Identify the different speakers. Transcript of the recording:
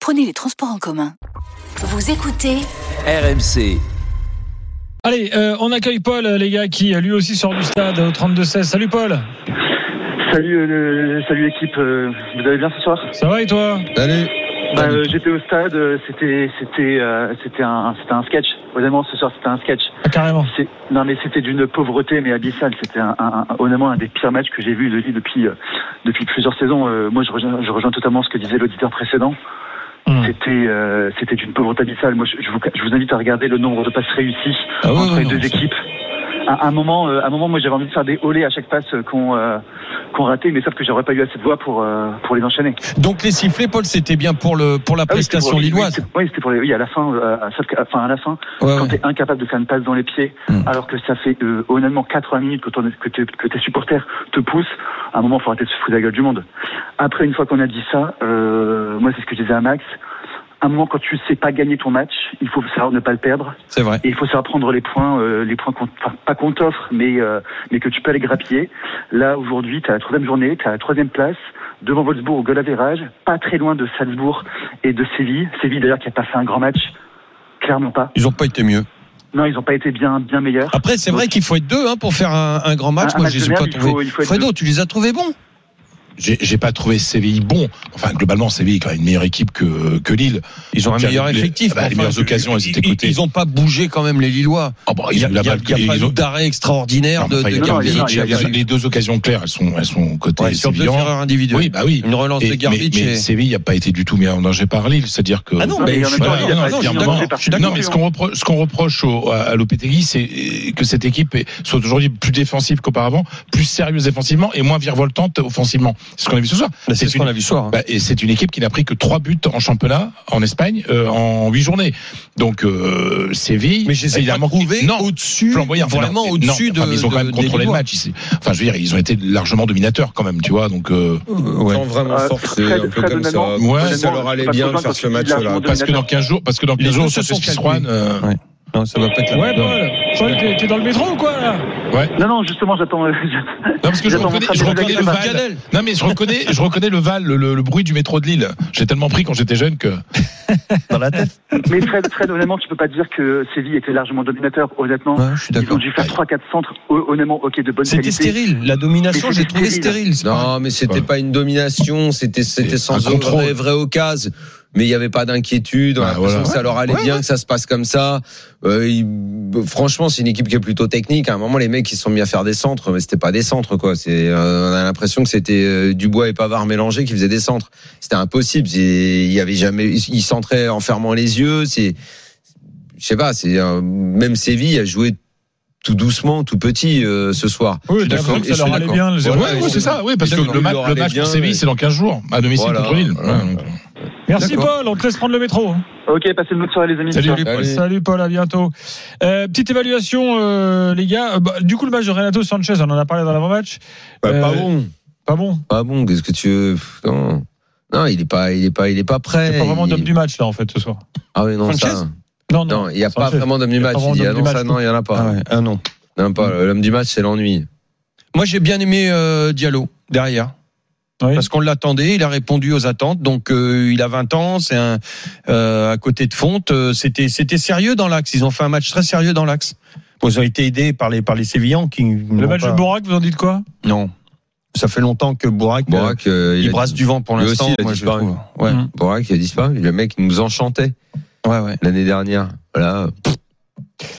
Speaker 1: prenez les transports en commun.
Speaker 2: Vous écoutez
Speaker 3: RMC.
Speaker 4: Allez, euh, on accueille Paul, euh, les gars, qui euh, lui aussi sort du stade au 32-16. Salut Paul,
Speaker 5: Salut, euh, salut équipe. euh, vous allez bien ce soir
Speaker 4: ça va et toi
Speaker 6: Allez.
Speaker 5: Bah, euh, J'étais au stade. euh, C'était, c'était, euh, c'était un, c'était un sketch. Honnêtement, ce soir, c'était un sketch.
Speaker 4: Ah, Carrément.
Speaker 5: C'est- Non, mais c'était d'une pauvreté mais abyssale. C'était un, un- un- honnêtement un des pires matchs que j'ai vu de Lille depuis euh, depuis plusieurs saisons. Euh, moi, je rejoins, je rejoins totalement ce que disait l'auditeur précédent.
Speaker 4: Hum.
Speaker 5: C'était euh, c'était d'une pauvreté abyssale. Moi, je, je vous, je vous invite à regarder le nombre de passes réussies
Speaker 4: Ah ouais,
Speaker 5: entre
Speaker 4: ouais,
Speaker 5: les
Speaker 4: non,
Speaker 5: deux
Speaker 4: ça-
Speaker 5: équipes. À un moment, euh, à un moment, moi, j'avais envie de faire des holés à chaque passe euh, qu'on euh, qu'on ratait, mais sauf que j'aurais pas eu assez de voix pour euh, pour les enchaîner.
Speaker 7: Donc les sifflets, Paul, c'était bien pour le pour la
Speaker 5: Ah oui, c'était
Speaker 7: prestation
Speaker 5: pour-
Speaker 7: lilloise.
Speaker 5: Oui, c'était- oui, c'était pour les. Oui, à la fin, euh, à- sauf que- enfin à la fin,
Speaker 7: Ouais,
Speaker 5: quand
Speaker 7: ouais.
Speaker 5: t'es incapable de faire une passe dans les pieds,
Speaker 7: Mm.
Speaker 5: alors que ça fait euh, honnêtement 80 minutes que, ton- que, tes- que tes supporters te poussent, à un moment, il faut arrêter de se foutre de la gueule du monde. Après, une fois qu'on a dit ça, euh, moi, c'est ce que je disais à Max. À un moment, quand tu sais pas gagner ton match, il faut savoir ne pas le perdre.
Speaker 7: C'est vrai.
Speaker 5: Et il faut savoir prendre les points, euh, les points qu'on, enfin, pas qu'on t'offre, mais euh, mais que tu peux aller grappiller. Là aujourd'hui, tu as la troisième journée, tu as la troisième place devant Wolfsburg au goal average, pas très loin de Salzbourg et de Séville. Séville d'ailleurs qui a pas fait un grand match, clairement pas.
Speaker 7: Ils ont pas été mieux.
Speaker 5: Non, ils ont pas été bien bien meilleurs.
Speaker 7: Après, c'est vrai qu'il faut être deux hein, pour faire un, un grand match. Ah,
Speaker 5: Un- un
Speaker 7: Moi,
Speaker 5: match
Speaker 7: je les
Speaker 5: de
Speaker 7: ai pas
Speaker 5: merde, il faut-
Speaker 7: trouvés.
Speaker 5: il faut être
Speaker 7: Fredo, tu les as trouvés bons
Speaker 8: J'ai j'ai pas trouvé Séville bon. Enfin, globalement, Séville est quand même une meilleure équipe que, que Lille.
Speaker 7: Ils ont un
Speaker 8: Tiens,
Speaker 7: meilleur
Speaker 8: les-
Speaker 7: effectif.
Speaker 8: bah,
Speaker 7: mais
Speaker 8: les meilleures occasions, elles étaient
Speaker 7: ils-
Speaker 8: cotées.
Speaker 7: Ils ont pas bougé quand même les Lillois.
Speaker 8: Oh, bah,
Speaker 7: Il y
Speaker 8: ils
Speaker 7: a,
Speaker 8: ont eu la
Speaker 7: il y a-
Speaker 8: balle-
Speaker 7: il y a
Speaker 8: ils
Speaker 7: pas
Speaker 8: ont-
Speaker 7: eu d'arrêt extraordinaire
Speaker 8: Non,
Speaker 7: de,
Speaker 8: enfin, il
Speaker 7: de
Speaker 8: y a-
Speaker 5: non,
Speaker 8: il y a-
Speaker 5: Garbic,
Speaker 8: il y a-
Speaker 7: Garbic.
Speaker 8: Les deux occasions claires, elles sont, elles sont côté
Speaker 7: Ouais, Sur deux
Speaker 8: sévillan.
Speaker 7: erreurs individuelles.
Speaker 8: Oui, bah oui.
Speaker 7: Une relance
Speaker 8: Et-
Speaker 7: de
Speaker 8: mais,
Speaker 7: Garbic.
Speaker 8: mais
Speaker 7: et-
Speaker 8: Séville n'a pas été du tout mis en danger par Lille. C'est-à-dire que.
Speaker 7: Ah non,
Speaker 5: Non,
Speaker 7: mais
Speaker 5: mais
Speaker 7: je
Speaker 5: en
Speaker 7: suis
Speaker 5: même temps,
Speaker 7: pas-
Speaker 5: Lille
Speaker 7: non,
Speaker 5: a pas
Speaker 7: non,
Speaker 5: été
Speaker 7: je suis
Speaker 5: mis en
Speaker 7: d'accord.
Speaker 5: danger par
Speaker 7: Je suis d'accord.
Speaker 8: Non, mais ce qu'on reproche, ce qu'on reproche au- à Lopetegui, c'est que cette équipe est- soit aujourd'hui plus défensive qu'auparavant, plus sérieuse défensivement et moins virevoltante offensivement. C'est ce qu'on a vu ce soir.
Speaker 7: Bah, C'est
Speaker 8: C'est
Speaker 7: ce qu'on a vu ce soir. hein.
Speaker 8: Bah, et c'est une équipe qui n'a pris que trois buts en championnat en Espagne euh, en huit journées. Donc euh, Séville,
Speaker 7: Mais j'essaie de
Speaker 8: évidemment,
Speaker 7: trouver
Speaker 8: non,
Speaker 7: au-dessus,
Speaker 8: flamboyant, c'est
Speaker 7: vraiment
Speaker 8: non,
Speaker 7: au-dessus
Speaker 8: non,
Speaker 7: de.
Speaker 8: enfin, mais ils ont quand
Speaker 7: de-
Speaker 8: même
Speaker 7: des
Speaker 8: contrôlé le
Speaker 7: Lillois.
Speaker 8: match. ici. Enfin, je veux dire, ils ont été largement dominateurs quand même, tu vois. Donc euh,
Speaker 5: Sans vraiment
Speaker 9: Ah,
Speaker 5: forcer,
Speaker 9: Fred-
Speaker 5: un peu
Speaker 9: Fred,
Speaker 5: comme ça.
Speaker 9: honnêtement,
Speaker 8: Ouais,
Speaker 9: honnêtement,
Speaker 5: ça leur allait bien de faire ce
Speaker 7: euh,
Speaker 5: match-là.
Speaker 8: parce que dans 15 jours, parce que dans
Speaker 7: Les
Speaker 8: 15 jours,
Speaker 7: deux se
Speaker 8: ça
Speaker 7: sont
Speaker 8: fait Suisse
Speaker 7: calmés.
Speaker 8: Rouen, euh,
Speaker 7: Ouais. Non, ça va pas être la
Speaker 4: Ouais,
Speaker 7: même.
Speaker 4: Paul, Paul t'es- t'es dans le métro ou quoi là
Speaker 5: Non, non, justement, j'attends. euh, je-
Speaker 8: Non, parce que je
Speaker 5: J'attends
Speaker 8: reconnais,
Speaker 5: mon
Speaker 8: je
Speaker 5: train de
Speaker 8: reconnais le
Speaker 5: dégager
Speaker 7: le
Speaker 8: Val.
Speaker 7: Canel.
Speaker 8: Non, mais je reconnais, je reconnais le Val, le, le- le bruit du métro de Lille. J'ai tellement pris quand j'étais jeune que.
Speaker 7: Dans la tête.
Speaker 5: Mais Fred, Fred, honnêtement, tu peux pas dire que Séville était largement dominateur. Honnêtement,
Speaker 7: Ouais, je suis
Speaker 5: ils
Speaker 7: d'accord.
Speaker 5: ont dû faire 3-4 centres. Honnêtement, ok, de bonne
Speaker 7: C'était
Speaker 5: qualité.
Speaker 7: stérile. La domination,
Speaker 5: Mais
Speaker 7: j'ai
Speaker 5: c'était
Speaker 7: trouvé
Speaker 5: stérile.
Speaker 7: stérile. c'est pas-
Speaker 9: Non, mais c'était
Speaker 8: Ouais.
Speaker 9: pas une domination, c'était
Speaker 8: C'est
Speaker 9: c'était
Speaker 8: un
Speaker 9: sans
Speaker 8: contrôle.
Speaker 9: vraie, vraie occasion. Mais il n'y avait pas d'inquiétude, on a
Speaker 8: Bah,
Speaker 9: l'impression
Speaker 8: voilà.
Speaker 9: que ça leur allait
Speaker 7: Ouais,
Speaker 9: bien, que ça se passe comme ça. Euh, ils- Franchement, c'est une équipe qui est plutôt technique. À un moment, les mecs, ils se sont mis à faire des centres, mais c'était pas des centres, quoi. C'est, euh, on a l'impression que c'était euh, Dubois et Pavard mélangés qui faisaient des centres. C'était impossible. c'est- Il y avait jamais, ils centraient en fermant les yeux. C'est, je sais pas, c'est euh, même Séville a joué tout doucement, tout petit euh, ce soir.
Speaker 4: Oui,
Speaker 9: Je suis
Speaker 4: t'as
Speaker 9: d'accord,
Speaker 4: l'impression que ça
Speaker 9: je suis
Speaker 4: leur allait
Speaker 9: d'accord.
Speaker 4: bien, le zéro.
Speaker 8: Ouais,
Speaker 4: ouais,
Speaker 8: ouais,
Speaker 4: ouais.
Speaker 8: c'est ça, oui, parce que
Speaker 9: Peut-être
Speaker 8: le match,
Speaker 9: leur
Speaker 8: le
Speaker 9: allait
Speaker 8: match
Speaker 9: bien,
Speaker 8: pour Séville,
Speaker 9: mais-
Speaker 8: c'est dans 15 jours, à domicile
Speaker 9: Voilà,
Speaker 8: contre Lille.
Speaker 9: voilà.
Speaker 8: Ouais, donc,
Speaker 4: Merci
Speaker 9: D'accord.
Speaker 4: Paul, on te laisse prendre le métro. hein.
Speaker 5: Ok, passez une bonne soirée, les amis.
Speaker 8: Salut,
Speaker 5: Ciao.
Speaker 8: Paul.
Speaker 9: Allez.
Speaker 4: Salut Paul, à bientôt. Euh, petite évaluation, euh, les gars. Euh, bah, du coup, le match de Renato Sanchez, on en a parlé dans l'avant-match.
Speaker 9: Bah, pas
Speaker 4: Euh,
Speaker 9: bon.
Speaker 4: Pas bon.
Speaker 9: Pas bon, qu'est-ce que tu veux Pff, Non, non il est pas, il est pas, il est pas prêt.
Speaker 4: C'est pas vraiment
Speaker 9: il...
Speaker 4: d'homme du match là en fait ce soir.
Speaker 9: Ah oui, non,
Speaker 7: Sanchez
Speaker 9: ça.
Speaker 4: Non, non.
Speaker 9: Non, il n'y a pas
Speaker 4: Sanchez.
Speaker 9: vraiment d'homme du
Speaker 4: Il y a
Speaker 9: match.
Speaker 4: pas vraiment
Speaker 9: Il y a
Speaker 4: d'homme
Speaker 9: non,
Speaker 4: du
Speaker 9: ça,
Speaker 4: match.
Speaker 9: non, il y en a pas.
Speaker 7: Ah ouais, ah non.
Speaker 9: Non, pas. L'homme du match, c'est l'ennui.
Speaker 7: Moi, j'ai bien aimé euh, Diallo derrière.
Speaker 4: Oui.
Speaker 7: Parce qu'on l'attendait, il a répondu aux attentes. Donc, euh, il a 20 ans, c'est un euh, à côté de Fonte. euh, c'était c'était sérieux dans l'axe. Ils ont fait un match très sérieux dans l'axe. Bon, ils ont été aidés par les par les Sévillans qui
Speaker 4: Le
Speaker 7: n'ont
Speaker 4: match
Speaker 7: pas-
Speaker 4: de Bourac, vous en dites quoi
Speaker 7: Non, ça fait longtemps que Bourac, euh,
Speaker 9: Borak, euh,
Speaker 7: il,
Speaker 9: il, a-
Speaker 7: brasse du vent pour
Speaker 9: lui
Speaker 7: l'instant.
Speaker 9: aussi, il a
Speaker 7: moi, je
Speaker 9: disparu.
Speaker 7: trouve. Ouais,
Speaker 4: Mm.
Speaker 9: Borak, il a disparu. Le mec il nous enchantait
Speaker 7: ouais, ouais.
Speaker 9: l'année dernière. Voilà. Pff,